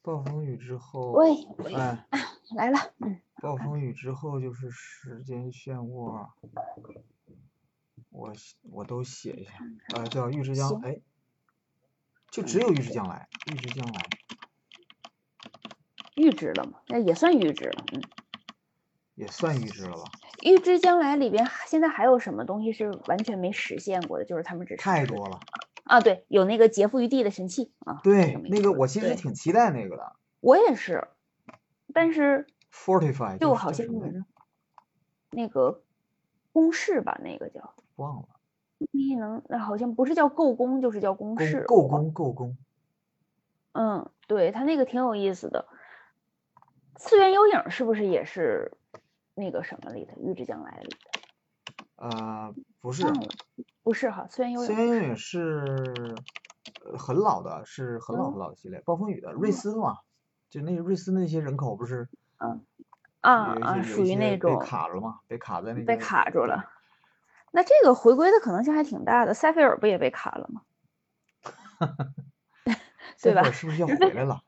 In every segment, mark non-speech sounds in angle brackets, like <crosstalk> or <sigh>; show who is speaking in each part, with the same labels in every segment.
Speaker 1: 暴风雨之后，
Speaker 2: 喂喂
Speaker 1: 哎，
Speaker 2: 来了，嗯，
Speaker 1: 暴风雨之后就是时间漩涡，啊我写我都写一下，呃，叫预知将，
Speaker 2: 行
Speaker 1: 哎，就只有预知将来，预知将来
Speaker 2: 预知了嘛，那也算预知了，嗯，
Speaker 1: 也算预知了吧？
Speaker 2: 预知将来里边还现在还有什么东西是完全没实现过的？就是他们只是
Speaker 1: 太多了，
Speaker 2: 啊，对，有那个劫富余地的神器啊，
Speaker 1: 对
Speaker 2: 这，没
Speaker 1: 那个
Speaker 2: 错
Speaker 1: 我其实
Speaker 2: <laughs> 对
Speaker 1: 挺期待那个的
Speaker 2: 我也是，但是
Speaker 1: ，Fortify，
Speaker 2: 就
Speaker 1: 叫
Speaker 2: 好
Speaker 1: 叫
Speaker 2: 像
Speaker 1: 什么来着？
Speaker 2: 那个公式吧，那个叫
Speaker 1: 忘了，
Speaker 2: 异能，那好像不是叫构工，就是叫公
Speaker 1: 够
Speaker 2: 式，
Speaker 1: 够工够工，
Speaker 2: 嗯，对，它那个挺有意思的。次元幽影是不是也是那个什么里的预知将来里的？
Speaker 1: 呃，不是，
Speaker 2: 忘了，嗯不是哈，次元幽
Speaker 1: 虽
Speaker 2: 影
Speaker 1: 然也是呃很老的，是很老
Speaker 2: 嗯
Speaker 1: 很老的系列，暴风雨的瑞
Speaker 2: 嗯
Speaker 1: 斯嘛，就那瑞斯那些人口不是
Speaker 2: 啊
Speaker 1: 有一
Speaker 2: 啊，
Speaker 1: 些有
Speaker 2: 属
Speaker 1: 一
Speaker 2: 于那
Speaker 1: 些
Speaker 2: 种
Speaker 1: 被卡了嘛，被卡在那个
Speaker 2: 被卡住
Speaker 1: 对
Speaker 2: 了。那这个回归的可能性还挺大的，塞菲尔不也被卡了吗？对
Speaker 1: 塞
Speaker 2: 吧
Speaker 1: 菲尔是不是
Speaker 2: <laughs>
Speaker 1: 要
Speaker 2: 人
Speaker 1: 回来了？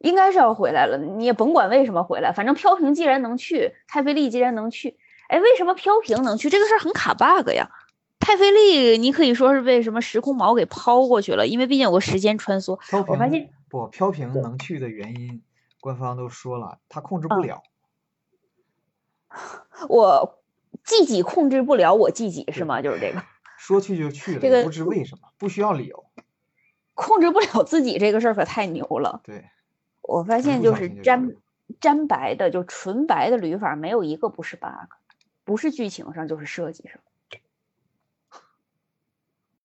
Speaker 2: 应该是要回来了，你也甭管为什么回来，反正飘萍既然能去，太妃丽既然能去，哎，为什么飘萍能去？这个事儿很卡 bug 呀。太妃丽，你可以说是被什么时空锚给抛过去了，因为毕竟有个时间穿梭。
Speaker 1: 飘
Speaker 2: 我发
Speaker 1: 萍
Speaker 2: 现
Speaker 1: 不飘萍能去的原因，官方都说了，他控
Speaker 2: 嗯
Speaker 1: 制不了，
Speaker 2: 我自己控制不了我自己是吗？就是这个
Speaker 1: 说去就去了，
Speaker 2: 这
Speaker 1: 也
Speaker 2: 个
Speaker 1: 不知为什么，不需要理由。
Speaker 2: 控制不了自己这个事儿可太牛了。
Speaker 1: 对，
Speaker 2: 我发现
Speaker 1: 不
Speaker 2: 就
Speaker 1: 小
Speaker 2: 是
Speaker 1: 心就
Speaker 2: 沾
Speaker 1: 是
Speaker 2: 沾白的，就纯白的捋法，没有一个不是 bug，不是剧情上就是设计上。